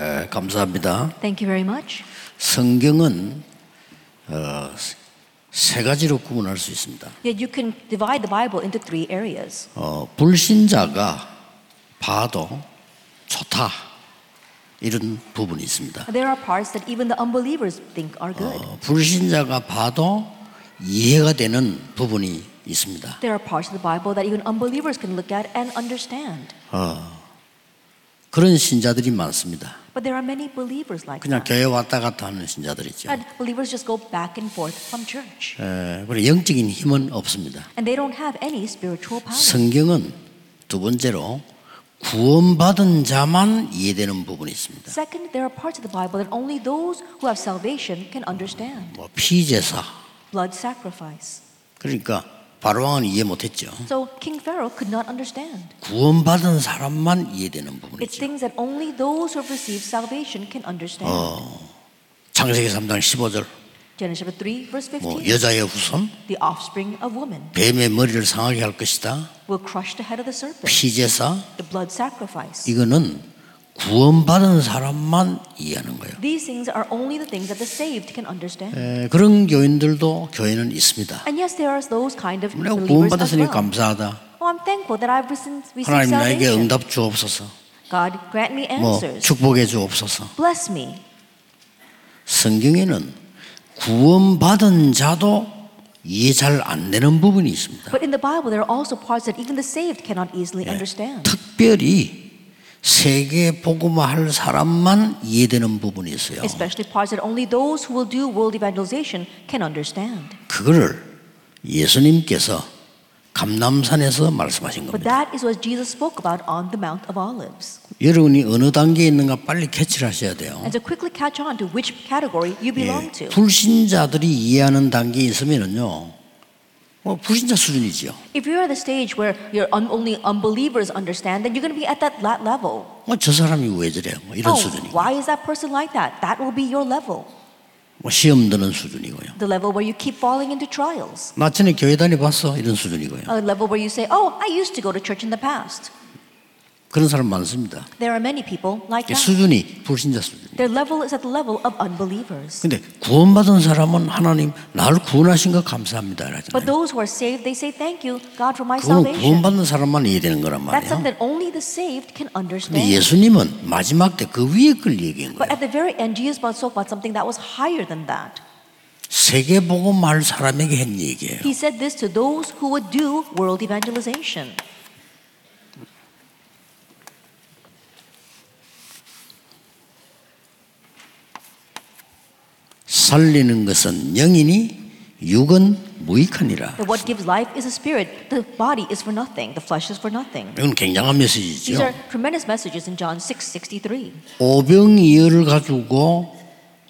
예, 감사합니다. Thank you very much. 성경은 어, 세 가지로 구분할 수 있습니다. Yeah, you can divide the Bible into three areas. 어, 불신자가 봐도 좋다 이런 부분이 있습니다. There are parts that even the unbelievers think are good. 어, 불신자가 봐도 이해가 되는 부분이 있습니다. There are parts of the Bible that even unbelievers can look at and understand. 그런 신자들이 많습니다. But there are many believers like 그냥 that. 교회 왔다 갔다 하는 신자들이죠. And believers just go back and forth from church. 에, 예, 그리고 영적인 힘은 없습니다. And they don't have any spiritual power. 성경은 두 번째로 구원받은 자만 이해되는 부분이 있습니다. Second, there are parts of the Bible that only those who have salvation can understand. 뭐 피제사 Blood sacrifice. 그러니까 바로왕은 이해 못했죠. So King Pharaoh could not understand. 구원받은 사람만 이해되는 It's 부분이죠. things that only those who have received salvation can understand. 창세기 3장 15절 Genesis chapter 3, verse 15. 뭐 여자의 후손 The offspring of woman 뱀의 머리를 상하게 할 것이다. will crush the head of the serpent. 피제사 The blood sacrifice. 이거는 구원받은 사람만 이해하는 거예요. These things are only the things that the saved can understand. 에, 그런 교인들도 교회는 있습니다. And yes, there are those kind of 내가 believers as 구원받았으니 well. 감사하다. Oh, I'm thankful that I've received, received 하나님 나에게 salvation. 응답 주옵소서. God grant me 뭐 answers. 축복해 주옵소서. Bless me. 성경에는 구원받은 자도 이해 잘 안 되는 부분이 있습니다. But in the Bible, there are also parts that even the saved cannot easily understand. 특별히 세계 복음화할 사람만 이해되는 부분이 있어요. Especially parts that only those who will do world evangelization can understand. 그거를 예수님께서 감남산에서 말씀하신 But 겁니다. that is what Jesus spoke about on the Mount of Olives. 여러분이 어느 단계에 있는가 빨리 캐치를 하셔야 돼요. And to quickly catch on to which category you belong 예, to. 불신자들이 이해하는 단계에 있으면은요, 뭐 불신자 수준이지요. If you're at the stage where your un- only unbelievers understand, then you're going to be at that la- level. 뭐 저 사람이 왜 저래? 뭐 이런 Oh, 수준이고, why is that person like that? That will be your level. 뭐 시험 드는 수준이고요. The level where you keep falling into trials. 나 전에 교회 다녀봤어 이런 수준이고요. A level where you say, oh, I used to go to church in the past. 그런 사람 많습니다. There are many people like 이 that. 수준이 불신자 수준. Their level is at the level of unbelievers. 근데 구원받은 사람은 하나님 나를 구원하신 것 감사합니다. 그러잖아요. But those who are saved, they say, thank you, God, for my 그건 어, salvation. 구원받는 사람만 이해되는 거란 That's 말이에요. something only the saved can 근데 understand. 예수님은 마지막 때 그 위에 걸 얘기한 거예요. But at the very end, Jesus spoke about something that was higher than that. 세계 복음할 사람에게 한 얘기예요. He said this to those who would do world evangelization. 살리는 것은 영이니 육은 무익하니라. That what gives life is a spirit. The body is for nothing. The flesh is for nothing. 이건 굉장한 These are 메시지죠. tremendous messages in John 6:63. 오병이어를 가지고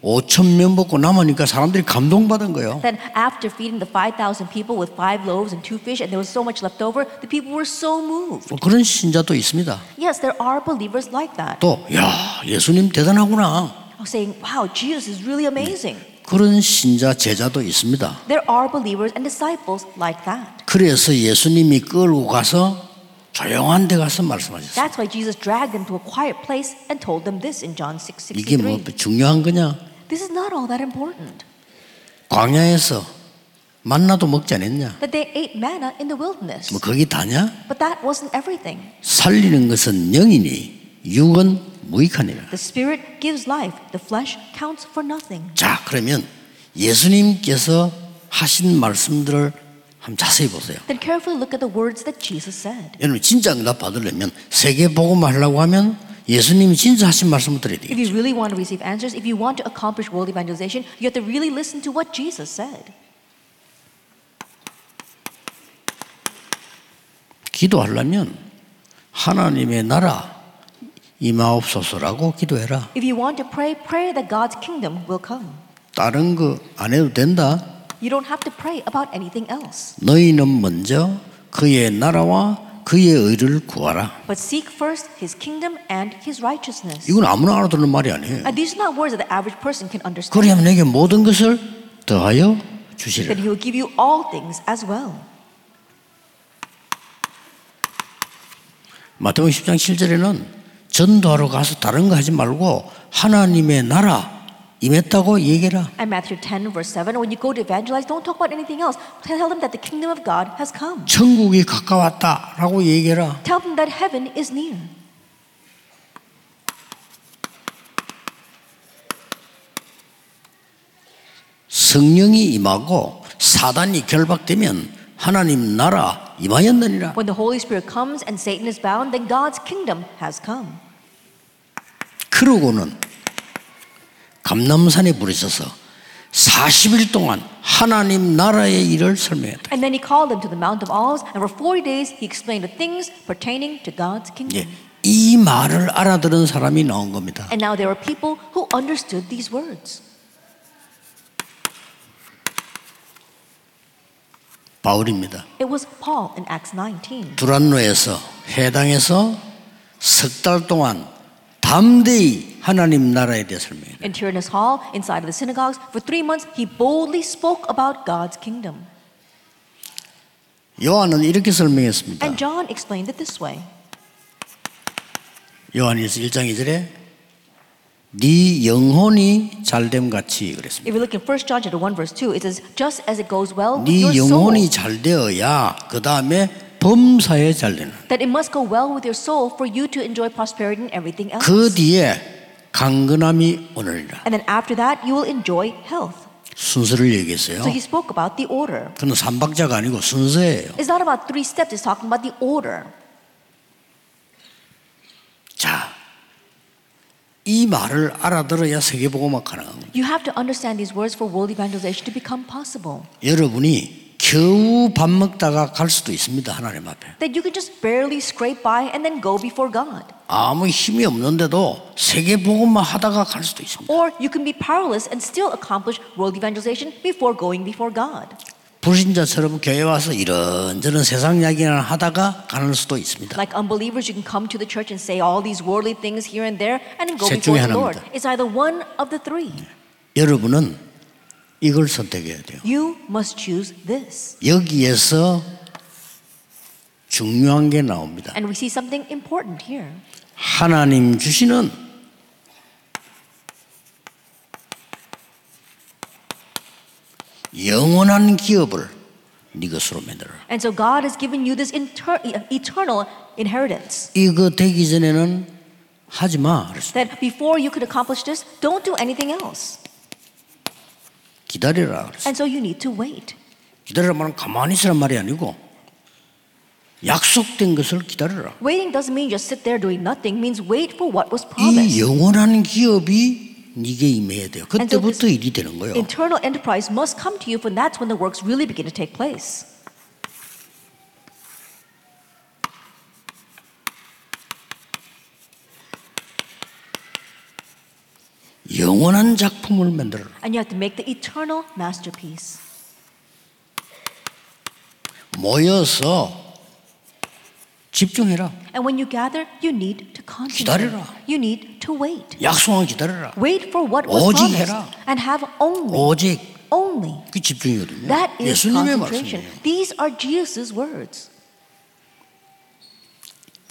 5천 명 먹고 남으니까 사람들이 감동받은 거예요. Then after feeding the 5,000 people with five loaves and two fish, and there was so much left over, the people were so moved. 뭐 그런 신자도 있습니다. Yes, there are believers like that, 또, 야, 예수님 대단하구나. saying, "Wow, Jesus is really amazing." 그런 신자 제자도 있습니다. There are believers and disciples like that. 그래서 예수님이 끌고 가서 조용한 데 가서 말씀하셨어요. That's why Jesus dragged them to a quiet place and told them this in John 이게 뭐 6:63. 중요한 거냐? This is not all that important. 광야에서 만나도 먹지 않았냐? that they ate manna in the wilderness. 뭐 거기 다냐? But that wasn't everything. 살리는 것은 영이니 육은 무익하니라. The spirit gives life, the flesh counts for nothing. 자, 그러면 예수님께서 하신 말씀들을 한번 자세히 보세요. Then carefully look at the words that Jesus said. 여러분 진짜 응답 받으려면 세계 복음 하려고 하면 예수님이 진짜 하신 말씀을 들어야 If 돼요. you really want to receive answers, if you want to accomplish world evangelization, you have to really listen to what Jesus said. 기도하려면 하나님의 나라 임하옵소서라고 기도해라. If you want to pray, pray that God's kingdom will come. 다른 거 안 해도 된다. You don't have to pray about anything else. 너희는 먼저 그의 나라와 그의 의를 구하라. But seek first his kingdom and his righteousness. 이건 아무나 알아듣는 말이 아니에요. And these are not words that the average person can understand. 그리하면 내게 모든 것을 더하여 주시라. That he will give you all things as well. 마태복음 10장 7절에는 전도하러 가서 다른 거 하지 말고 하나님의 나라 임했다고 얘기해라. And Matthew 10, verse 7, when you go to evangelize, don't talk about anything else. Tell them that the kingdom of God has come. 천국이 가까웠다라고 얘기해라. Tell them that heaven is near. 성령이 임하고 사단이 결박되면 하나님 나라 임하였느니라. When the Holy Spirit comes and Satan is bound, then God's kingdom has come. 그러고는 감남산에 부르셔서 40일 동안 하나님 나라의 일을 설명했다. And then he called them to the Mount of Olives, and for 40 days he explained the things pertaining to God's kingdom. 예, 이 말을 알아들은 사람이 나온 겁니다. And now there were people who understood these words. 바울입니다. It was Paul in Acts 19. 두란노에서 해당에서 석 달 동안 담대히 하나님 나라에 대해 설명해요. In Tyrannus Hall, inside of the synagogues, for three months he boldly spoke about God's kingdom. 요한은 이렇게 설명했습니다. And John explained it this way. 요한일서 1장 2절에 네 영혼이 잘됨 같이 그랬습니다. If you look in 1 John chapter 1 verse 2, it says, just as it goes well with your 네 soul, 영혼이 잘되어야 그 다음에 범사에 잘되는 that it must go well with your soul for you to enjoy prosperity and everything else. 그 뒤에 강건함이 오느니라 And then after that, you will enjoy health. 순서를 얘기했어요. So he spoke about the order. 그는 삼박자가 아니고 순서예요. It's not about three steps, it's talking about the order. 자, 이 말을 알아들어야 세계보고만 가능합니다. You have to understand these words for world evangelization to become possible. 여러분이 겨우 밥 먹다가 갈 수도 있습니다 하나님 앞에 That you can just barely scrape by and then go before God. 아무 힘이 없는데도 세계 복음만 하다가 갈 수도 있습니다 Or you can be powerless and still accomplish world evangelization before going before God. 불신자처럼 교회 와서 이런저런 세상 이야기나 하다가 가는 수도 있습니다 Like unbelievers, you can come to the church and say all these worldly things here and there and then go 셋 before 중에 the Lord. 하나입니다. It's either one of the three. 여러분은 이걸 선택해야 돼요 You must choose this. 여기에서 중요한 게 나옵니다 And we see something important here. 하나님 주시는 영원한 기업을 네 것으로 만들어 And so God has given you this inter- e, eternal inheritance. 이거 되기 전에는 하지 마. 그랬어요. That before you could accomplish this, don't do anything else. 기다려라. 그랬어요. And so you need to wait. 기다려라면 가만히 있으란 말이 아니고 약속된 것을 기다려라. Waiting doesn't mean just sit there doing nothing, means wait for what was 이 promised. 영원한 기업이 네게 임해야 돼요. 그때부터 일이 되는 거예요. Internal enterprise must come to you, for that's when the works really begin to take place. 영원한 작품을 만들어라. And you have to make the eternal masterpiece. 모여서 집중해라. And when you gather, you need to concentrate. 기다려라. You need to wait. 약속한 기다려라. Wait for what was 오직 promised. 해라. And have only, 오직 only 그 집중이거든요. That is 예수님의 concentration. 말씀이에요. These are Jesus' words.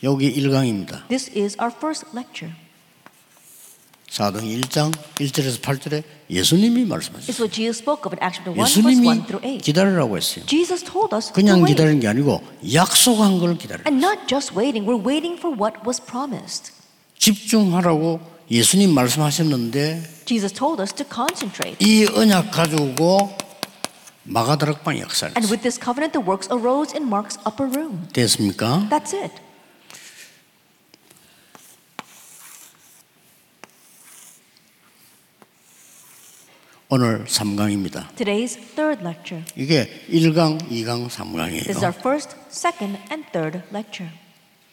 여기 1강입니다. This is our first lecture. 4등 1장 1절에서 8절에 예수님이 말씀하셨어요. It's what Jesus spoke of in Acts chapter 1, verse 1 through 예수님이 8. 기다리라고 했어요. Jesus told us to 그냥 wait. 기다리는 게 아니고 약속한 걸 기다려. And not just waiting, we're waiting for what was promised. 집중하라고 예수님 말씀하셨는데 Jesus told us to concentrate. 이 언약 가지고 마가다락방 역사를 And 했어요. with this covenant, the works arose in Mark's upper room. 됐습니까? That's it. 오늘 3강입니다. Today's third lecture. 이게 1강, 2강, This is our 3강이에요. first, second, and third lecture.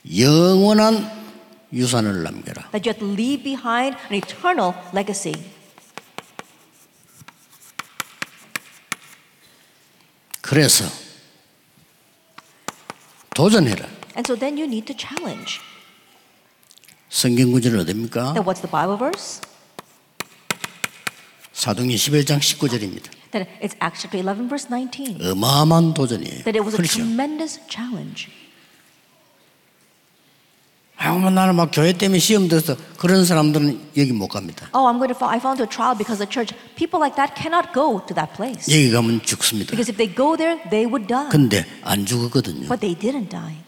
영원한 유산을 남겨라. That you have to leave behind an eternal legacy. 그래서 도전해라. And so then you need to challenge. 성경 구절은 어딥니까? And what's the Bible verse? 사도행 11장 19절입니다. that it's Acts chapter 11, verse 19, Uh, 어마어마한 도전이에요. that it was a 그렇죠? tremendous challenge. 아, 뭐 나는 막 교회 때문에 시험 돼서 그런 사람들은 여기 못 갑니다. Oh, I'm going to fall. I fall into a trial because of the church. People like that cannot go to that place. 여기 가면 죽습니다. Because if they go there, they would die. 근데 안 죽었거든요. But they didn't die.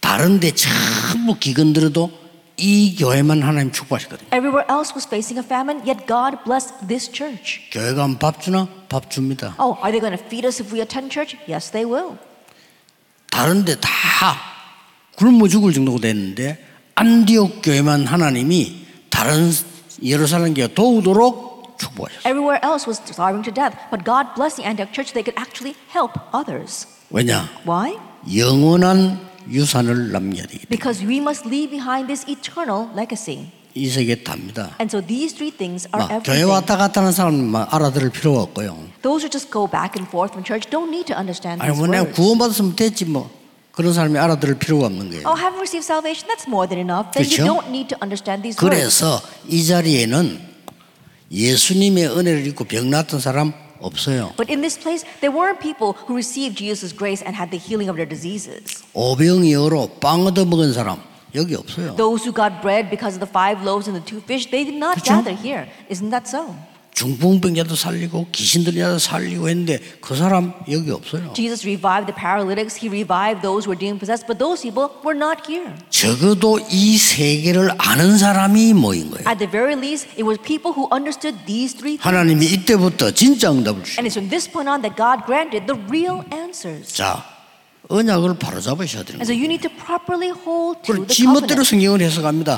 다른데 전부 기근들어도 이 교회만 하나님 축복하시거든요. Everywhere else was facing a famine, yet God blessed this church. 교회 가면 밥 주나? 밥 줍니다. Oh, are they going to feed us if we attend church? Yes, they will. 다른데 다 굶어 죽을 정도가 됐는데 안디옥 교회만 하나님이 다른 예루살렘 교회 도우도록 축복하셨어요. Everywhere else was starving to death, but God blessed the Antioch church. They could actually help others. 왜냐? Why? 영원한 유산을 남겨야 되기 때문에 Because we must leave behind this eternal legacy. 이 세계 답니다. And so these three things are 막 교회 everything. 왔다 갔다 하는 사람은 막 알아들을 필요가 없고요. Those who just go back and forth from church don't need to understand 아니 these 뭐 내가 words. 구원받았으면 됐지 뭐 그런 사람이 알아들을 필요가 없는 거예요. Oh, haven't received salvation? That's more than enough. Then you 그렇죠? don't need to understand these words. 그래서 이 자리에는 예수님의 은혜를 입고 병 났던 사람 없어요. But in this place, there were people who received Jesus' grace and had the healing of their diseases. 오병이어로 빵 얻어 먹은 사람 여기 없어요. Those who got bread because of the five loaves and the two fish, they did not 그렇죠? gather here. Isn't that so? 중풍병자도 살리고 귀신들이라도 살리고 했는데 그 사람 여기 없어요. Jesus revived the paralytics, he revived those who were demon possessed, but those people were not here. 적어도 이 세계를 아는 사람이 모인 거예요. At the very least, it was people who understood these three things. 하나님이 이때부터 진짜 응답을 주시. And it's from this point on that God granted the real answers. 자 언약을 바로 잡으셔야 되는 And so 거예요. you need to properly hold to 그걸 the 지멋대로 covenant. 성경을 해석합니다.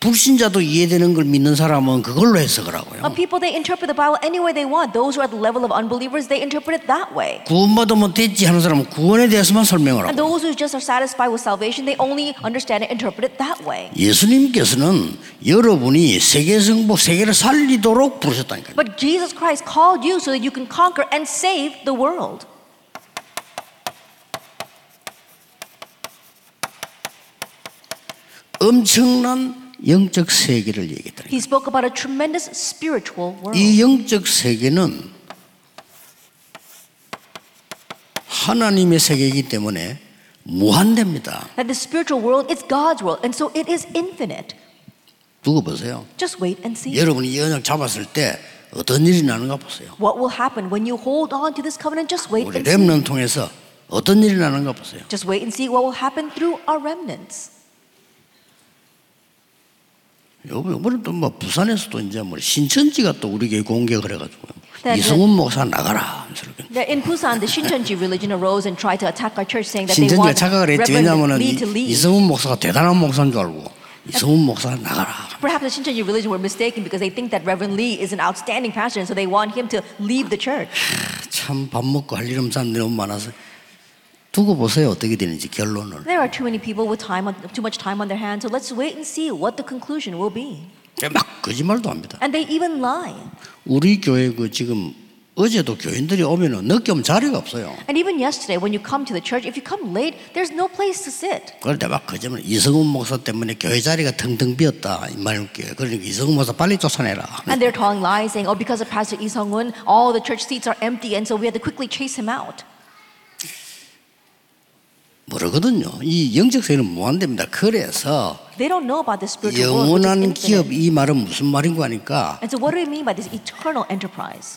불신자도 이해되는 걸 믿는 사람은 그걸로 해석하라고요. Uh, people, they interpret the Bible any way they want. Those who are at the level of unbelievers, they interpret it that way. 구원받으면 됐지 하는 사람은 구원에 대해서만 And 설명하라고. those who just are satisfied with salvation, they only understand it, interpret it that way. 예수님께서는 여러분이 세계 정보 세계를 살리도록 부르셨다니까요. But Jesus Christ called you so that you can conquer and save the world. 엄청난 영적 세계를 얘기했다니까요. He spoke about a tremendous spiritual world. 이 영적 세계는 하나님의 세계이기 때문에 무한됩니다. That the spiritual world is God's world, and so it is infinite. 두고 보세요. Just wait and see. 여러분이 이 언약 잡았을 때 어떤 일이 나는가 보세요. What will happen when you hold on to this covenant? Just wait 우리 and see. 렘넌 통해서 어떤 일이 나는가 보세요. Just wait and see what will happen through our remnants. 요번에 또뭐 부산에서도 이제 뭐 신천지가 또 우리에게 공격을 해가지고 네, 네. 이성훈 목사 나가라. 하면서 이렇게. There- In Busan, the Shincheonji religion arose and tried to attack our church, saying that they 신천지가 want 착각을 했지 Reverend 왜냐하면은 Lee to leave. 네. 이성훈 목사가 대단한 목사인 줄 알고 이성훈 목사 나가라. Perhaps the Shincheonji religion were mistaken because they think that Reverend Lee is an outstanding pastor, and so they want him to leave the church. 참 밥 먹고 할 일 없는 사람들이 너무 많아서 두고 보세요 어떻게 되는지 결론을. There are too many people with time on, too much time on their hands, so let's wait and see what the conclusion will be. 막 거짓말도 합니다. And they even lie. 우리 교회 그 지금 어제도 교인들이 오면은 늦게 오면 자리가 없어요. And even yesterday, when you come to the church, if you come late, there's no place to sit. 그럴 때 막 거짓말 이성훈 목사 때문에 교회 자리가 텅텅 비었다 이 말을게요. 그러니까 이성훈 목사 빨리 쫓아내라. And they're telling lies, saying, oh, because of Pastor Lee Sung Woon, all the church seats are empty, and so we had to quickly chase him out. 모르거든요. 이 영적 세계는 무한됩니다. 그래서 They don't know about the 그렇죠. spiritual world. which 영원한 is 기업 infinite. 이 말은 무슨 말인가 하니까 And so, what do we mean by this eternal enterprise?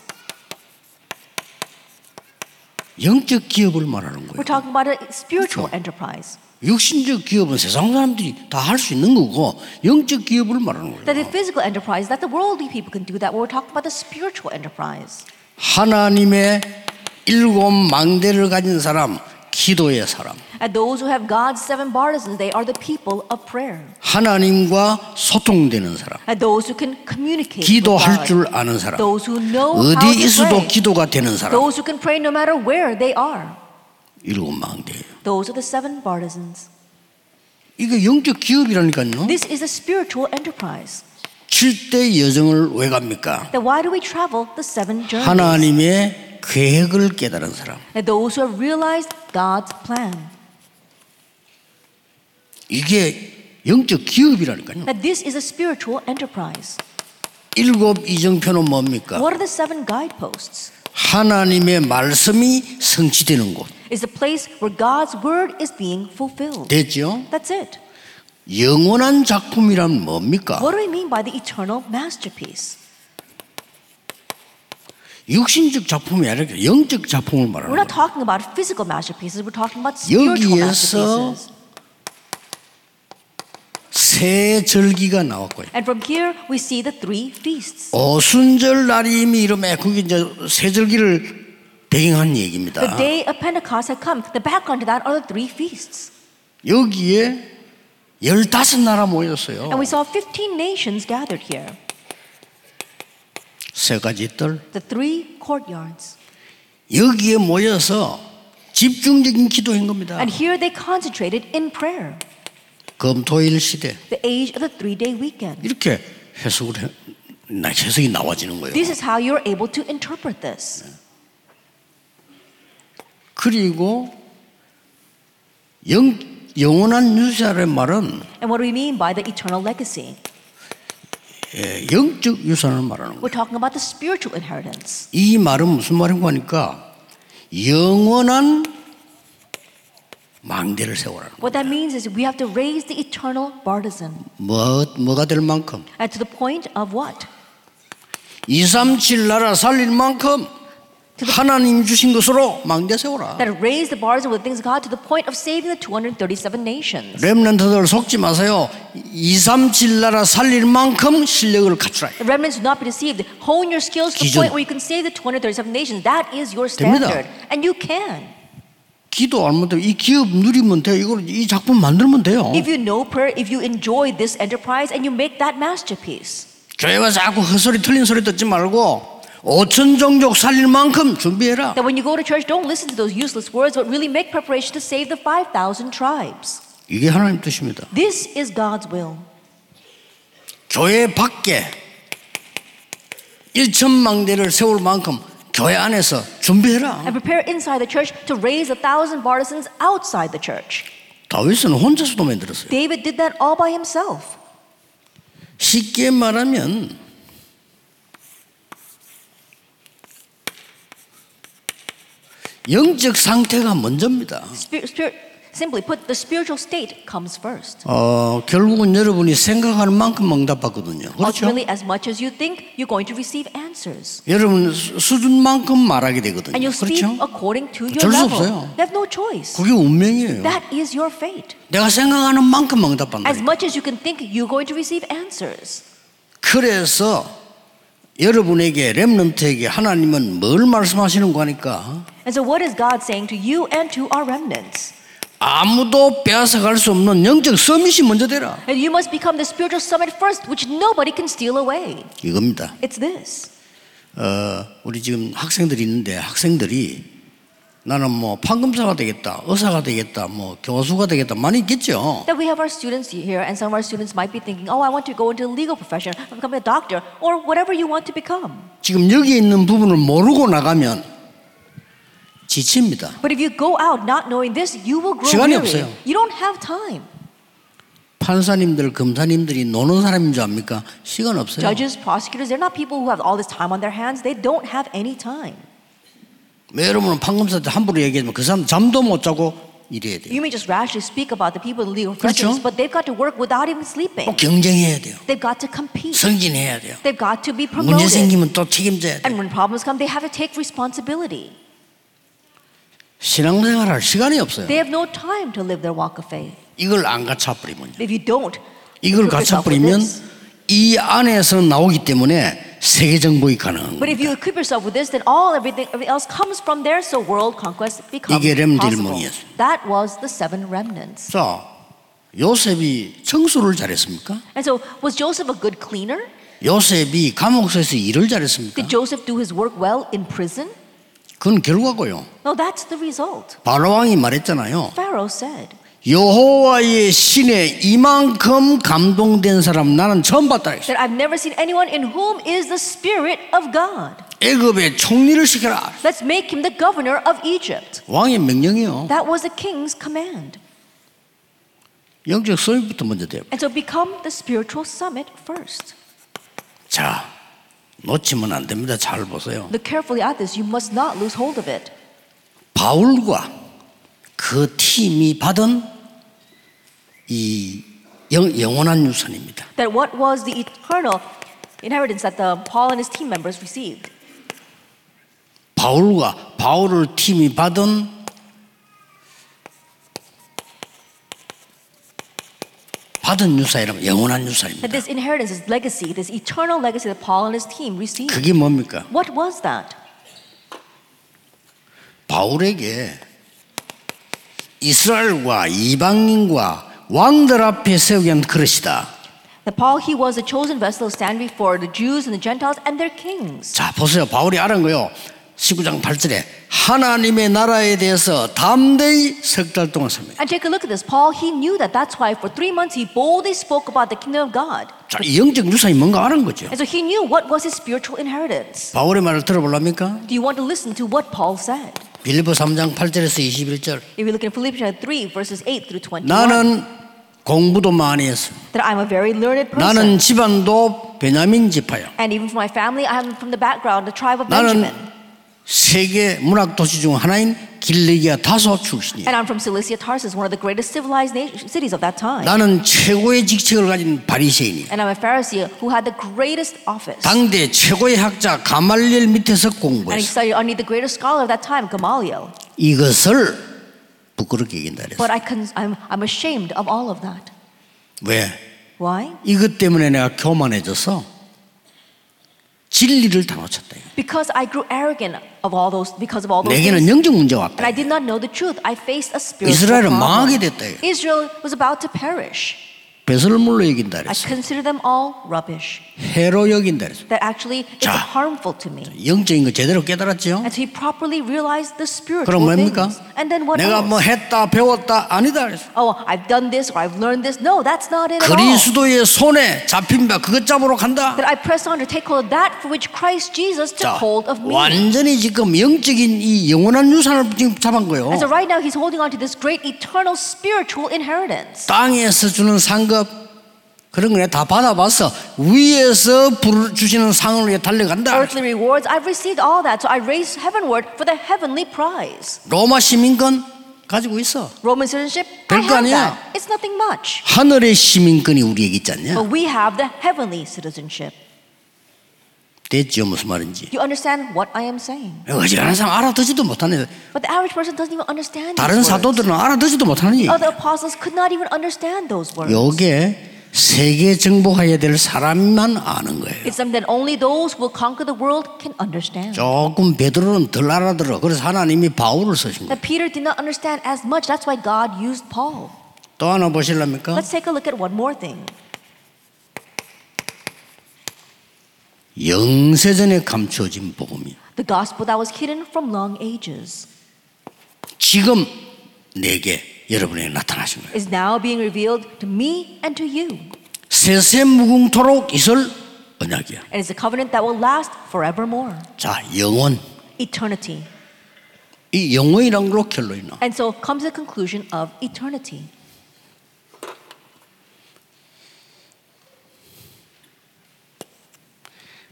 영적 기업을 말하는 We're 거예요. talking about a spiritual enterprise. 육신적 기업은 세상 사람들이 다 할 수 있는 거고 영적 기업을 말하는 거예요. That the physical enterprise, that the worldly people can do that. We're talking about the spiritual enterprise. 하나님의 일곱 망대를 가진 사람, 기도의 사람, And those who have God's seven partisans, they are the people of prayer. 하나님과 소통되는 사람, And those who can communicate with 네, 기도할 God. 줄 아는 사람, Those who know how 어디 to 있어도 pray. 기도가 되는 사람, Those who can pray no matter where they are. 일곱 망대예요. Those are the seven partisans. 이거 영적 기업이라니까요. This is a spiritual enterprise. 칠대 여정을 왜 갑니까? Then why do we travel the seven journeys? 하나님의 계획을 깨달은 사람. And those who have realized God's plan. 이게 영적 기업이라니까요. That this is a spiritual enterprise. 일곱 이정표는 뭡니까? What are the seven guideposts? 하나님의 말씀이 성취되는 곳. Is the place where God's word is being fulfilled. 됐죠? That's it. 영원한 작품이란 뭡니까? What do we mean by the eternal masterpiece? 육신적 작품이 아니라 영적 작품을 We're 말하는 거예요. not talking about physical masterpieces, we're talking about spiritual 여기에서 masterpieces. 새 절기가 나왔고요. And from here, we see the three feasts. 오순절 날이 이미 이름에 그게 이제 새 절기를 배경한 The 얘기입니다. day of Pentecost had come. The background to that are the three feasts. 여기에 열다섯 나라 모였어요. And we saw 15 nations gathered here, 세 가지 뜰. the three courtyards. 여기에 모여서 집중적인 기도인 겁니다. And here they concentrated in prayer, 검토일 시대. the age of the three day weekend. 이렇게 해석을 해, 나- 해석이 나와지는 거예요. This is how you're able to interpret this. 그리고 영, 영원한 유산의 말은 And what do we mean by the eternal legacy? 예, 영적 유산을 말하는 거예요. We're talking about the spiritual inheritance. 이 말은 무슨 말인가 하니까 영원한 망대를 세워라. What that means is we have to raise the eternal partisan. 뭐, 뭐가 될 만큼. And to the point of what? 2, 3, 7 나라 살릴 만큼 하나님 주신 것으로 망대 세워라. That raise the partisan with the things of God to the point of saving the 237 nations. 렘넌트들 속지 마세요. 2, 3, 7 나라 살릴 만큼 실력을 갖추라. The remnants do not be deceived. Hone your skills to the 기준. point where you can save the 237 nations. That is your standard. And you can. 기도 안 못하면 이 기업 누리면 돼요. 이걸 이 작품 만들면 돼요. If you know prayer, if you enjoy this enterprise and you make that masterpiece. 교회가 자꾸 헛소리 틀린 소리 듣지 말고 5천 종족 살릴 만큼 준비해라. That when you go to church, don't listen to those useless words, but really make preparation to save the 5,000 tribes. 이게 하나님 뜻입니다. This is God's will. 교회 밖에 1천망 대를 세울 만큼 교회 안에서 준비해라. And prepare inside the church to raise a thousand partisans outside the church. 다윗은 혼자서도 만들었어요. David did that all by himself. 쉽게 말하면 영적 상태가 먼저입니다. Spirit, spirit, simply put, the spiritual state comes first. 어, 결국은 여러분이 생각하는 만큼 응답받거든요. 그렇죠? Ultimately, as much as you think, you're going to receive answers. 여러분 수- 수준만큼 말하게 되거든요. And you'll speak 그렇죠? according to your 어쩔 수 level. 없어요. You have no choice. 그게 운명이에요. That is your fate. 내가 생각하는 만큼 As 응답받는다. much as you can think, you're going to receive answers. 그래서 여러분에게 렘넌트에게 하나님은 뭘 말씀하시는 거니까 And so, what is God saying to you and to our remnants? 아무도 빼앗아갈 수 없는 영적 서밋이 먼저 되라. And you must become the spiritual summit first, which nobody can steal away. 이겁니다. It's this. 어, 우리 지금 학생들이 있는데 학생들이 나는 뭐 판검사가 되겠다, 의사가 되겠다, 뭐 교수가 되겠다 많이 있겠죠. That we have our students here, and some of our students might be thinking, oh, I want to go into the legal profession, or become a doctor, or whatever you want to become. 지금 여기 있는 부분을 모르고 나가면 지칩니다. But if you go out not knowing this, you will grow 시간이 weary. 없어요. You don't have time. 판사님들, 검사님들이 노는 사람인 줄 압니까? 시간 없어요. Judges, prosecutors, they're not people who have all this time on their hands. They don't have any time. 왜 여러분은 판검사한테 함부로 얘기하면 그 사람 잠도 못 자고 일해야 돼요. You may just rashly speak about the people in the legal professions, 그렇죠. but they've got to work without even sleeping. 꼭 경쟁해야 돼요. They've got to compete. 승진해야 돼요. They've got to be 문제 promoted. 생기면 또 책임져야 돼요. And when problems come, they have to take responsibility. 신앙생활 할 시간이 없어요. They have no time to live their walk of faith. 이걸 안 갖춰버리면요. If you don't, 이걸 equip yourself with 갖춰버리면 this, 이 안에서 나오기 때문에 세계 정복이 가능한 but 거예요. if you equip yourself with this, then all everything, everything else comes from there. So world conquest becomes 이게 렘들 possible. 일망이었어요. That was the seven remnants. 자, 요셉이 청소를 잘했습니까? And so, was Joseph a good cleaner? 요셉이 감옥에서 일을 잘했습니까? Did Joseph do his work well in prison? 그건 결과고요. No, that's the result. 바로 왕이 말했잖아요. Pharaoh said, 여호와의 신에 이만큼 감동된 사람 나는 처음 봤다. 했어요. that I've never seen anyone in whom is the Spirit of God. 애굽의 총리를 시켜라. Let's make him the governor of Egypt. 왕의 명령이요. That was the king's command. 영적 소유부터 먼저 돼요. And so become the spiritual summit first. 자, 놓치면 안 됩니다. 잘 보세요. Look carefully at this. You must not lose hold of it. 바울과 그 팀이 받은 이 영, 영원한 유산입니다. That what was the eternal inheritance that the Paul and his team members received? 바울과 바울을 팀이 받은 받은 유산이라면 영원한 That 유산입니다. this inheritance, this legacy, this eternal legacy that Paul and his team received. 그게 뭡니까? What was that? 바울에게 이스라엘과 이방인과 왕들 앞에 세우기 위한 그릇이다. That Paul, he was a chosen vessel to stand before the Jews and the Gentiles and their kings. 자, 보세요. 바울이 아는 거요. 19장 8절에 하나님의 나라에 대해서 담대히 석 달 동안 설명. And take a look at this. Paul, he knew that. That's why for three months he boldly spoke about the kingdom of God. 자, 이 영적 유산이 뭔가 아는 거죠. And so he knew what was his spiritual inheritance. 바울의 말을 들어보랍니까? Do you want to listen to what Paul said? 빌리보 3장 8절에서 21절. If you look in Philippians 3, verses 8 through 21, 나는 공부도 많이 했어. that I'm a very learned 나는 person. 집안도 베냐민 지파야. And even from my family, I'm from the background, the tribe of 나는 Benjamin. 세계 문학 도시 중 하나인 길리기아 다소 출신이야. And I'm from Cilicia Tarsus, one of the greatest civilized nat- cities of that time. 나는 최고의 직책을 가진 바리새인이야. And I'm a Pharisee who had the greatest office. And 당대 최고의 학자 가말리엘 밑에서 he 공부했어. studied under the greatest scholar of that time, Gamaliel. 이것을 부끄럽게 얘긴다 그랬어. But I can, I'm, I'm ashamed of all of that. 왜? Why? 이것 때문에 내가 교만해져서 진리를 다 놓쳤다. Because I grew arrogant of all those, because of all those 내게는 things. 영적 문제가 And I 왔다. did not know the truth. I faced a spiritual 이스라엘은 망하게 problem. 됐다. Israel was about to perish. 배설물로 여긴다 I 그랬어. consider them all rubbish. 해로 여긴다 그랬어. That actually it's 자. harmful to me. 영적인 거 제대로 깨달았지요? And so he properly realized 그럼 the spiritual 뭡니까? things. 아, And then what 내가 else? 뭐 했다 배웠다 아니다 그랬어. oh, I've done this or I've learned this. No, that's not it at all. 그리스도의 손에 잡힌 바 그것 잡으러 간다. That I press on to take hold of that for which Christ Jesus 자, took hold of me. 완전히 지금 영적인 이 영원한 유산을 지금 잡은 거예요. And so right now he's holding on to this great eternal spiritual inheritance. 땅에서 주는 상급 그런 거네 다 받아봐서 위에서 부르- 주시는 상을 위해 달려간다. Earthly rewards, I've received all that. So I raise heavenward for the heavenly prize. 로마 시민권 가지고 있어. Roman citizenship, I 별거 have 아니야. that. It's nothing much. 하늘의 시민권이 우리에게 있지 않냐? But we have the heavenly citizenship. 됐죠 무슨 말인지. You understand what I am saying? 어지간한 사람 알아듣지도 못하네. But the average person doesn't even understand these 다른 words. 사도들은 알아듣지도 못하는 얘기. Other apostles could not even understand those words. 요게 세계 정복해야 될 사람만 아는 거예요. It's something that only those who will conquer the world can understand. 조금 베드로는 덜 알아들어. 그래서 하나님이 바울을 쓰신 거예요. That Peter did not understand as much. That's why God used Paul. 또 하나 보실랍니까? Let's take a look at one more thing. 영세전에 감추어진 복음이. The gospel that was hidden from long ages 지금 내게 여러분에게 나타나신 거예요. is now being revealed to me and to you. 세세무궁토록 있을 언약이야. And it's a covenant that will last forevermore, 자, 영원. eternity. 이 영원이란 걸로 결론이 나. And so comes the conclusion of eternity.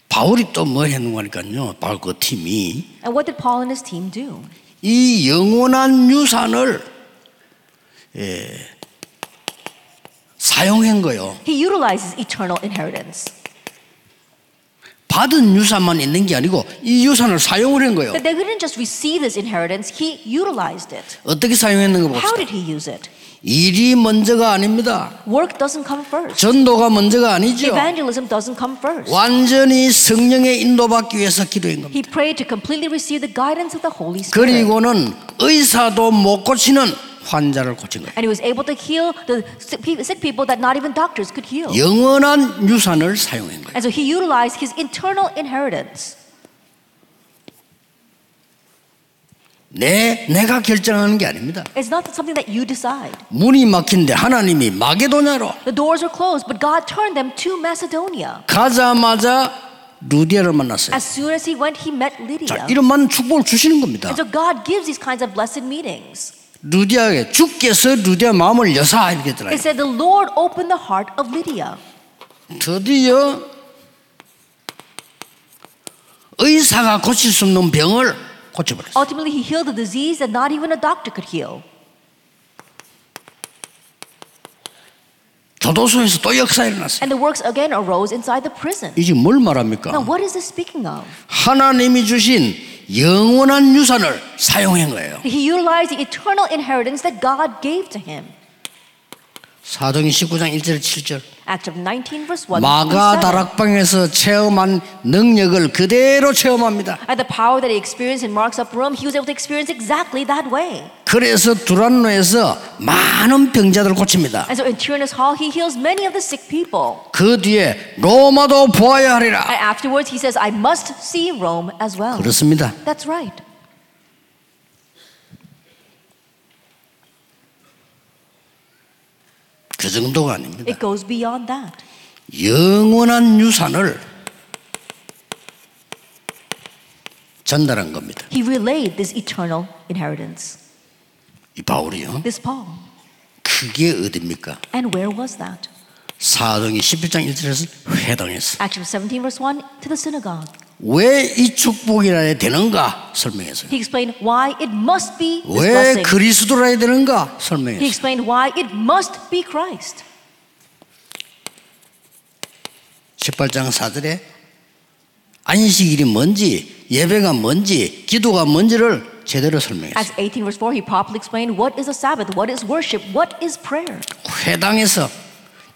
바울이 또 뭐 했는 거니까요. 바울 그 팀이 And what did Paul and his team do? 이 영원한 유산을 예, 사용한 거요. He utilizes eternal inheritance. 받은 유산만 있는 게 아니고 이 유산을 사용을 한 거예요. That they didn't just receive this inheritance, he utilized it. 어떻게 사용했는가 How 봅시다. did he use it? 일이 먼저가 아닙니다. Work doesn't come first. 전도가 먼저가 아니죠. Evangelism doesn't come first. 완전히 성령의 인도받기 위해서 기도한 겁니다. He prayed to completely receive the guidance of the Holy Spirit. 그리고는 의사도 못 고치는 환자를 고친 거예요. And he was able to heal the sick pe- sick people that not even doctors could heal. 영원한 유산을 사용한 거예요. And so he utilized his internal inheritance. 내 내가 결정하는 게 아닙니다. It's not something that you decide. 문이 막힌데 하나님이 마게도냐로 The doors were closed, but God turned them to Macedonia. 가자마자 루디아를 만났어요. As soon as he went, he met 자, Lydia. 이런 많은 축복을 주시는 겁니다. And so God gives these kinds of blessed meetings. 루디아에게 주께서 루디아 마음을 여사 이렇게 It 했더라. said, The Lord opened the heart of Lydia. 드디어 의사가 고칠 수 없는 병을 고쳐버렸어. Ultimately, he healed the disease that not even a doctor could heal. 교도소에서 또 역사 일어났어요. And the works again arose inside the prison. 이게 뭘 Now, 말합니까? what is this speaking of? 하나님이 주신 영원한 유산을 사용한 거예요. He utilized the eternal inheritance that God gave to him. 사도행 19장 1절 7절. Acts chapter 19, verse 1. 마가 through 7. 다락방에서 체험한 능력을 그대로 체험합니다. And the power that he experienced in Mark's upper room, he was able to experience exactly that way. 그래서 두란노에서 많은 병자들을 고칩니다. And so in Tyrannus Hall, he heals many of the sick people. 그 뒤에 로마도 보아야 하리라. And afterwards, he says, I must see Rome as well. 그렇습니다. That's right. 그 정도가 아닙니다. It goes beyond that. 영원한 유산을 전달한 겁니다. He relayed this eternal inheritance. 이 바울이요. This Paul. 그게 어딥니까? And where was that? 사도행전 11장 1절에서 회당에서 Acts chapter 17, verse 1, to the synagogue. 왜 이 축복이라야 되는가 설명했어요. He explained why it must be this 왜 blessing. 그리스도라야 되는가 He 설명했어요. explained why it must be Christ. 18장 4절에 안식일이 뭔지 예배가 뭔지 기도가 뭔지를 제대로 설명했어요. Acts 18, verse 4, he properly explained what is the Sabbath, what is worship, what is prayer. 회당에서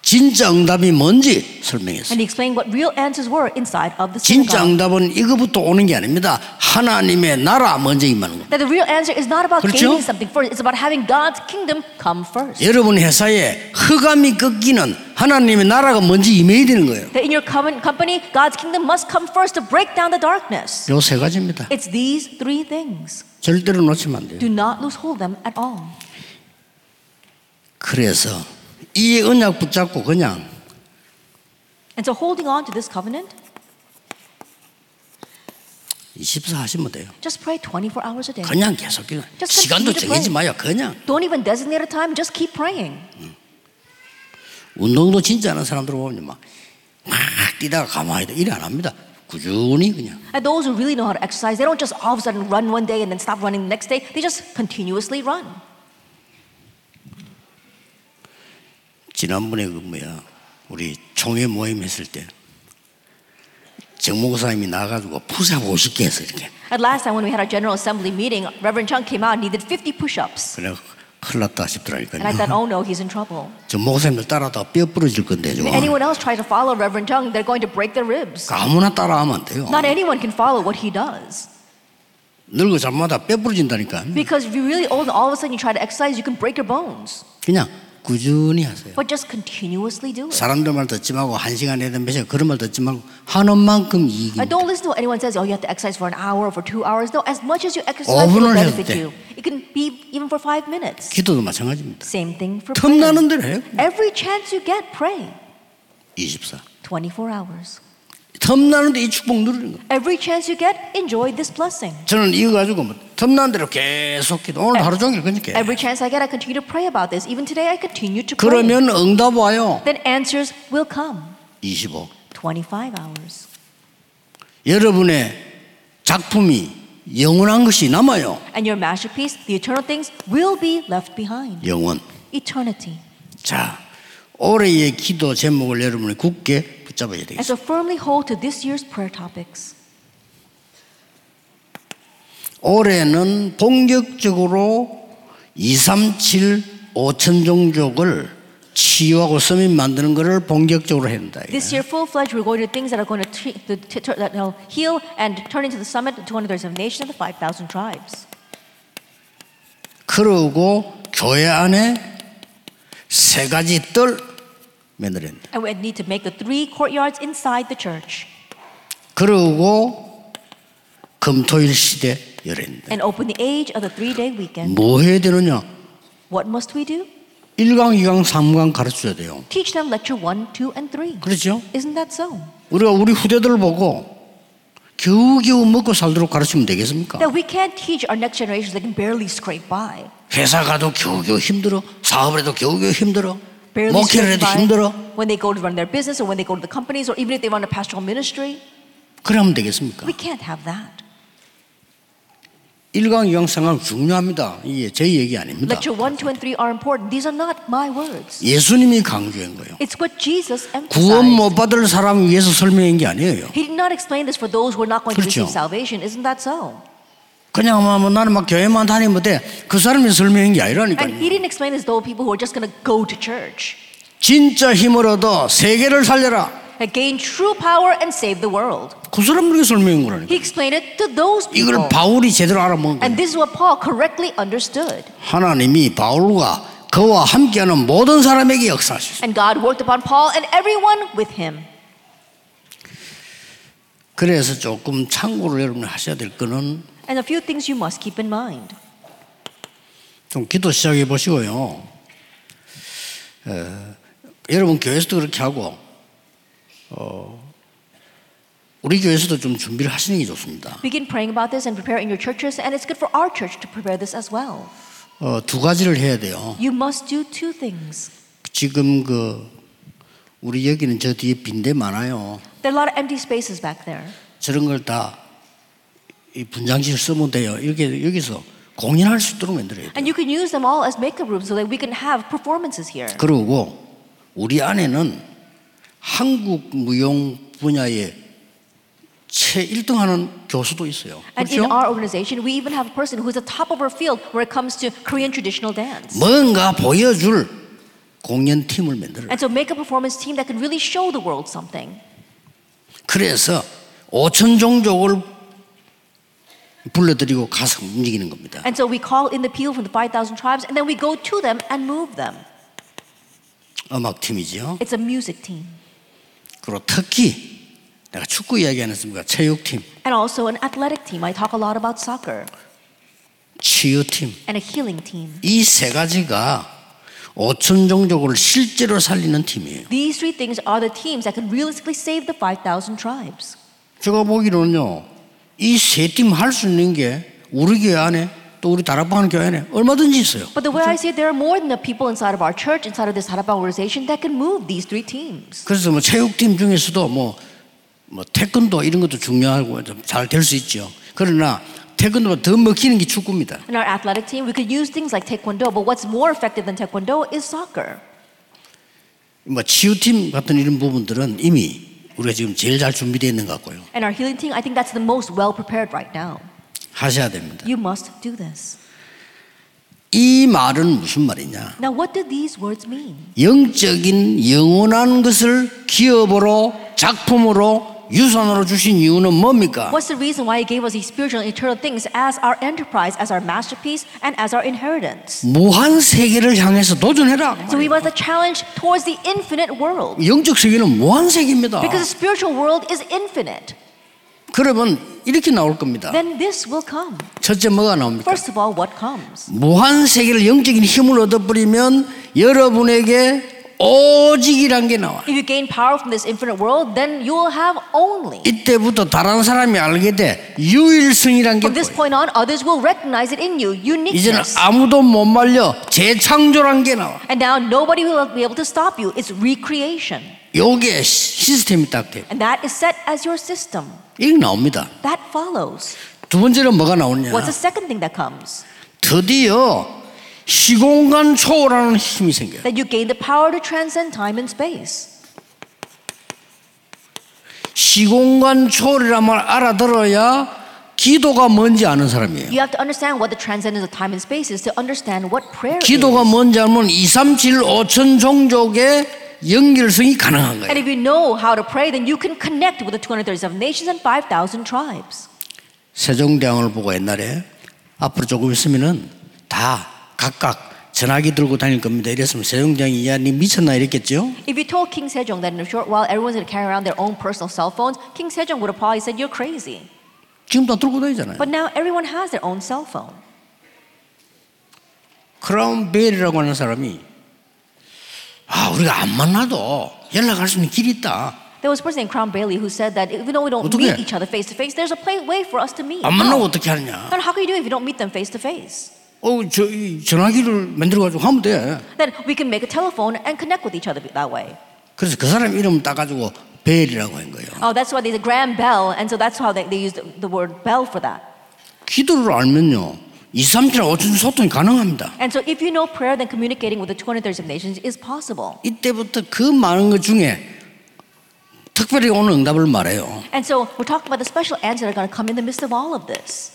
진짜 응답이 뭔지 설명했어요. And he explained what real answers were inside of the 진짜 synagogue. 응답은 이거부터 오는 게 아닙니다. 하나님의 나라 먼저 임하는 겁니다. That the real answer is not about 그렇죠? gaining something first, it's about having God's kingdom come first. 여러분 회사에 흑암이 꺾이는 하나님의 나라가 먼저 임해야 되는 거예요. That in your coven- company, God's kingdom must come first to break down the darkness. 요 세 가지입니다. It's these three things. 절대로 놓치면 안 돼요. Do not lose hold of them at all. 그래서 이 언약 붙잡고 그냥 And so holding on to this covenant, 24 하시면 돼요. just pray 24 hours a day. 그냥 계속 그냥 시간도 정해지 마요. 그냥 Don't even designate a time, just keep praying. 운동도 진짜 하는 사람들 보면 막, 막 뛰다가 가만히 있다 이래 안 합니다. 꾸준히 그냥 And those who really know how to exercise, they don't just all of a sudden run one day and then stop running the next day. They just continuously run. 지난번에 그 뭐야 우리 총회 모임 했을 때 정목사님이 나가지고 푸사 50개 해서 이렇게 At last time when we had our General Assembly meeting, Reverend Chung came out and he did 50 push-ups. 그냥 큰일 났다 And I thought, 싶더라니까요. oh no, he's in trouble. 저 목사님들 따라다가 뼈 부러질 건데 If 지금 anyone else tries to follow Reverend Chung, they're going to break their ribs. 아무나 따라하면 안 돼요. Not anyone can follow what he does. 늙어 잠마다 뼈 부러진다니까. Because if you're really old and all of a sudden you try to exercise, you can break your bones. 그냥 꾸준히 하세요. But just continuously do it. 사람들 말 듣지 말고 한 시간 내든 몇 시간 그런 말 듣지 말고 하는 만큼 이익이 And don't listen to what anyone says, oh, you have to exercise for an hour or for two hours. No, as much as you exercise, it will 오분을 해도 benefit 돼. you. It can be even for five minutes. 기도도 마찬가지입니다. Same thing for prayer. 틈나는 대로 해요. Every chance you get, pray. 24. 24 hours. 틈나는데 이 축복 누리는 거예요. Every chance you get, enjoy this blessing. 저는 이거 가지고 뭐 틈나는 대로 계속 기도. 오늘 하루 종일 그러니까. 그니까. 뭐 Every chance I get, I continue to pray about this. Even today, I continue to pray. 그러면 응답 와요. Then answers will come. 25. 25 hours. 여러분의 작품이 영원한 것이 남아요. And your masterpiece, the eternal things, will be left behind. 영원. Eternity. 자, 올해의 기도 제목을 여러분이 굳게 붙잡아야 And 되겠습니다. so firmly hold to this year's prayer topics. 올해는 본격적으로 2, 3, 7, 5천 종족을 치유하고 서민 만드는 것을 본격적으로 해야 된다. This year, full-fledged, we're going to things that are going to, treat, to, to, to that will heal and turn into the summit, the 237 nations and the 5,000 tribes. 그러고 교회 안에 세 가지 뜰 만들어야 된다. And we need to make the three courtyards inside the church 그러고 금토일 시대 열어야 된다. and open the age of the three day weekend. 뭐 해야 되느냐? What must we do? 1강, 2강, 3강 가르쳐야 돼요. Teach them lecture one, two, and three. 그렇죠? Isn't that so? 우리가 우리 후대들을 보고 겨우겨우 먹고 살도록 가르치면 되겠습니까? That we can't teach our next generations, they can barely scrape by. 회사 가도 겨우겨우 힘들어 사업을 해도 겨우겨우 힘들어 Barely 목회를 해도 힘들어 when they go to run their business or when they go to the companies or even if they run a pastoral ministry. 그러면 되겠습니까? We can't have that. 1강, 2강, 3강 중요합니다. 이게 제 얘기 아닙니다. Lecture 1, 2, and 3 are important. These are not my words. 예수님이 강조한 거예요. It's what Jesus 구원 emphasized. 못 받을 사람 위해서 설명한 게 아니에요. He did not explain this for those who are not going to 그렇죠. receive salvation. Isn't that so? 그냥 막 뭐, 나는 막 교회만 다니면 돼. 그 사람이 설명한 게 And he 아니라니까요. didn't explain this though people who are just going to go to church 진짜 힘을 얻어 세계를 살려라. and gain true power and save the world. 그 사람들이 설명한 거라니까. He explained it to those people. 이걸 바울이 제대로 알아먹은 거예요. And this is what Paul correctly understood. 하나님이 바울과 그와 함께하는 모든 사람에게 역사하셨어요. And God worked upon Paul and everyone with him. 그래서 조금 참고를 여러분이 하셔야 될 거는 And a few things you must keep in mind. 좀 기도 시작해 보시고요. 어, 여러분 교회에서도 그렇게 하고 어, 우리 교회에서도 좀 준비를 하시는 게 좋습니다. Begin praying about this and prepare in your churches. And it's good for our church to prepare this as well. 어, 두 가지를 해야 돼요. You must do two things. 지금 그 우리 여기는 저 뒤에 빈대 많아요. There are a lot of empty spaces back there. 저런 걸 다 이 분장실 쓰면 돼요. 이렇게 여기서 공연할 수 있도록 만들어야 돼요. And you can use them all as makeup rooms so that we can have performances here. 그리고 우리 안에는 한국 무용 분야에 최 1등하는 교수도 있어요. And 그렇죠? in our organization, we even have a person who's at the top of her field when it comes to Korean traditional dance. 뭔가 보여줄 공연 팀을 만들어. And so make a performance team that can really show the world something. 그래서 5천 종족을 불러들이고 가서 움직이는 겁니다. And so we call in the people from the 5,000 tribes and then we go to them and move them. 음악 팀이지요. It's a music team. 그리고 특히 내가 축구 이야기 안 했습니까? 체육팀, And also an athletic team. I talk a lot about soccer. 치유팀 And a healing team. 이 세 가지가 5천 종족을 실제로 살리는 팀이에요. These three things are the teams that can realistically save the 5,000 tribes. 제가 보기로는요, 이 세 팀 할 수 있는 게 우리 교회 안에 또 우리 다락방 교회 안에 얼마든지 있어요. But the way I see it, there are more than the people inside of our church, inside of this Harappa organization, that can move these three teams. 그래서 뭐 체육팀 중에서도 뭐, 뭐 태권도 이런 것도 중요하고 좀 잘 될 수 있죠. 그러나 태권도가 더 먹히는 게 축구입니다. In our athletic team, we could use things like taekwondo, but what's more effective than taekwondo is soccer. 뭐 치유팀 같은 이런 부분들은 이미 우리가 지금 제일 잘 준비되어 있는 것 같고요. And our healing team, I think that's the most well prepared right now. 하셔야 됩니다. You must do this. 이 말은 무슨 말이냐? Now, what do these words mean? 영적인 영원한 것을 기업으로 작품으로 유산으로 주신 이유는 뭡니까? What's the reason why He gave us these spiritual and eternal things as our enterprise, as our masterpiece, and as our inheritance? 무한 세계를 향해서 도전해라. So we must have challenge towards the infinite world. 영적 세계는 무한 세계입니다. Because the spiritual world is infinite. 그러면 이렇게 나올 겁니다. Then this will come. 첫째 뭐가 나옵니까? First of all, what comes? 무한 세계를 영적인 힘을 얻어버리면 여러분에게 오직이란 게 나와. If you gain power from this infinite world, then you will have only. 이때부터 다른 사람이 알게 돼 유일성이란 게 From this 보여. point on, others will recognize it in you, 이제는 uniqueness. 아무도 못 말려 재창조란 게 나와. And now nobody will be able to stop you. It's recreation. 요게 시- 시스템이 딱 돼. And that is set as your system. 이게 나옵니다. That follows. 두 번째는 뭐가 나오냐? What's the second thing that comes? 드디어 시공간 초월하는 힘이 생겨요. That you gain the power to transcend time and space. 시공간 초월이란 말 알아들어야 기도가 뭔지 아는 사람이에요. You have to understand what the transcendence of time and space is to understand what prayer 기도가 is. 뭔지 알면 2, 3, 7, 5천 종족의 연결성이 가능한 거예요. And if you know how to pray, then you can connect with the 237 nations and 5,000 tribes. 세종대왕을 보고 옛날에 앞으로 조금 있으면은 다 각각 전화기 들고 다닐 겁니다. 이랬으면 세종대왕이 야니 미쳤나 이랬겠죠? If you told King Sejong that in a short while everyone's going to carry around their own personal cell phones, King Sejong would have probably said, You're crazy. 지금 다 들고 다니잖아요. But now everyone has their own cell phone. 크라운 벨이라고 하는 사람이 아 우리가 안 만나도 연락할 수 있는 길이 있다. There was a person named Crown Bailey who said that even though we don't 어떻게? meet each other face to face, there's a play, way for us to meet. 안 만나고 How? 어떻게 하느냐? Then how can you do it if you don't meet them face to face? 어, 저, 이 전화기를 만들어가지고 하면 돼. Then we can make a telephone and connect with each other that way. 그래서 그 사람 이름 따가지고 벨이라고 한 거예요. Oh, that's why there's a Graham Bell, and so that's how they, they used the word bell for that. 기도를 알면요. 2, 3일 5천 소통이 가능합니다. And so if you know prayer, then communicating with the 230 nations is possible. 이때부터 그 많은 것 중에 특별히 오늘 응답을 말해요. And so we're talking about the special answer that are going to come in the midst of all of this.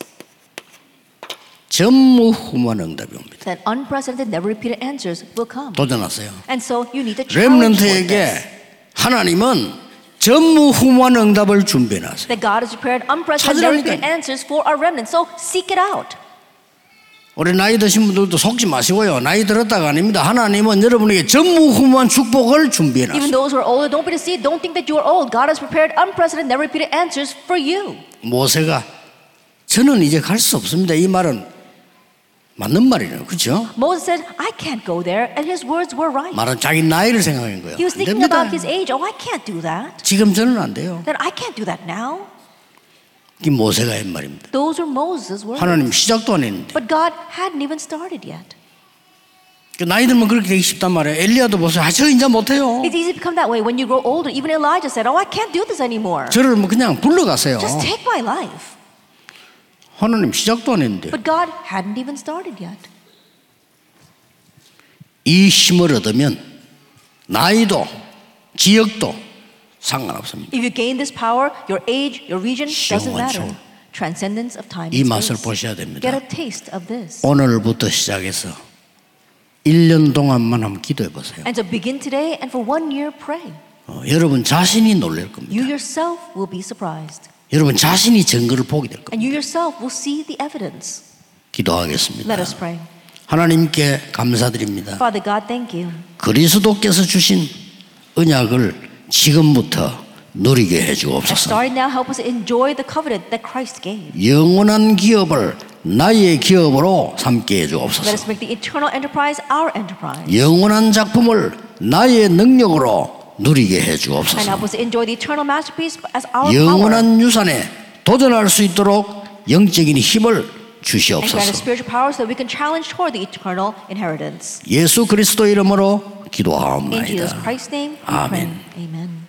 전무후무한 응답이 옵니다. That unprecedented, never repeated answers will come. 도전하세요. And so you need to challenge 렘넌트에게 toward this. 하나님은 전무후무한 응답을 준비해 놨어요. That God has prepared unprecedented, never 찾으라니까요. repeated answers for our remnant. So seek it out. 우리 나이 드신 분들도 속지 마시고요. 나이 들었다가 아닙니다. 하나님은 여러분에게 전무후무한 축복을 준비해 놨어요. Even those who are older, don't be deceived. Don't think that you are old. God has prepared unprecedented, never repeated answers for you. 모세가 저는 이제 갈 수 없습니다. 이 말은 맞는 말이에요. 그렇죠? Moses said, I can't go there. And his words were right. 말은 자기 나이를 생각한 거예요. He was 안 thinking about his 됩니다. age. Oh, I can't do that. 지금 저는 안 돼요. That I can't do that now. 이 모세가 한 말입니다. Those were Moses' words. 하나님 시작도 안 했는데. But God hadn't even started yet. 그 나이 들면 그렇게 되기 쉽단 말이에요. 엘리야도 보세요. 아, 저 이제 못해요. It's easy to become that way when you grow older. Even Elijah said, Oh, I can't do this anymore. 저를 뭐 그냥 불러가세요. Just take my life. 하나님 시작도 안 했는데. But God hadn't even started yet. 이 힘을 얻으면 나이도 지역도 상관없습니다. If you gain this power, your age, your region doesn't 시원한 matter. 소울. Transcendence of time. 이 and 맛을 space. 보셔야 Get 됩니다. a taste of this. 오늘부터 시작해서 1년 동안만 한번 기도해 보세요. And so begin today and for one year pray. 어, 여러분 자신이 놀랄 겁니다. You yourself will be surprised. 여러분 자신이 증거를 보게 될 겁니다. And you yourself will see the evidence. Let 기도하겠습니다. us pray. 하나님께 감사드립니다. Father God, thank you. 그리스도께서 주신 언약을 지금부터 누리게 해 주옵소서. Starting now, help us enjoy the covenant that Christ gave. 영원한 기업을 나의 기업으로 삼게 해 Let 주옵소서. us make the eternal enterprise our enterprise. 영원한 작품을 나의 능력으로 누리게 해 And help 주옵소서. us enjoy the eternal masterpiece as our power. 영원한 유산에 도전할 수 있도록 영적인 힘을 And grant us 주시옵소서. spiritual power so that we can challenge toward the eternal inheritance. 예수 그리스도 이름으로 In Jesus 기도하옵나이다. Christ's name, we Amen. pray. Amen.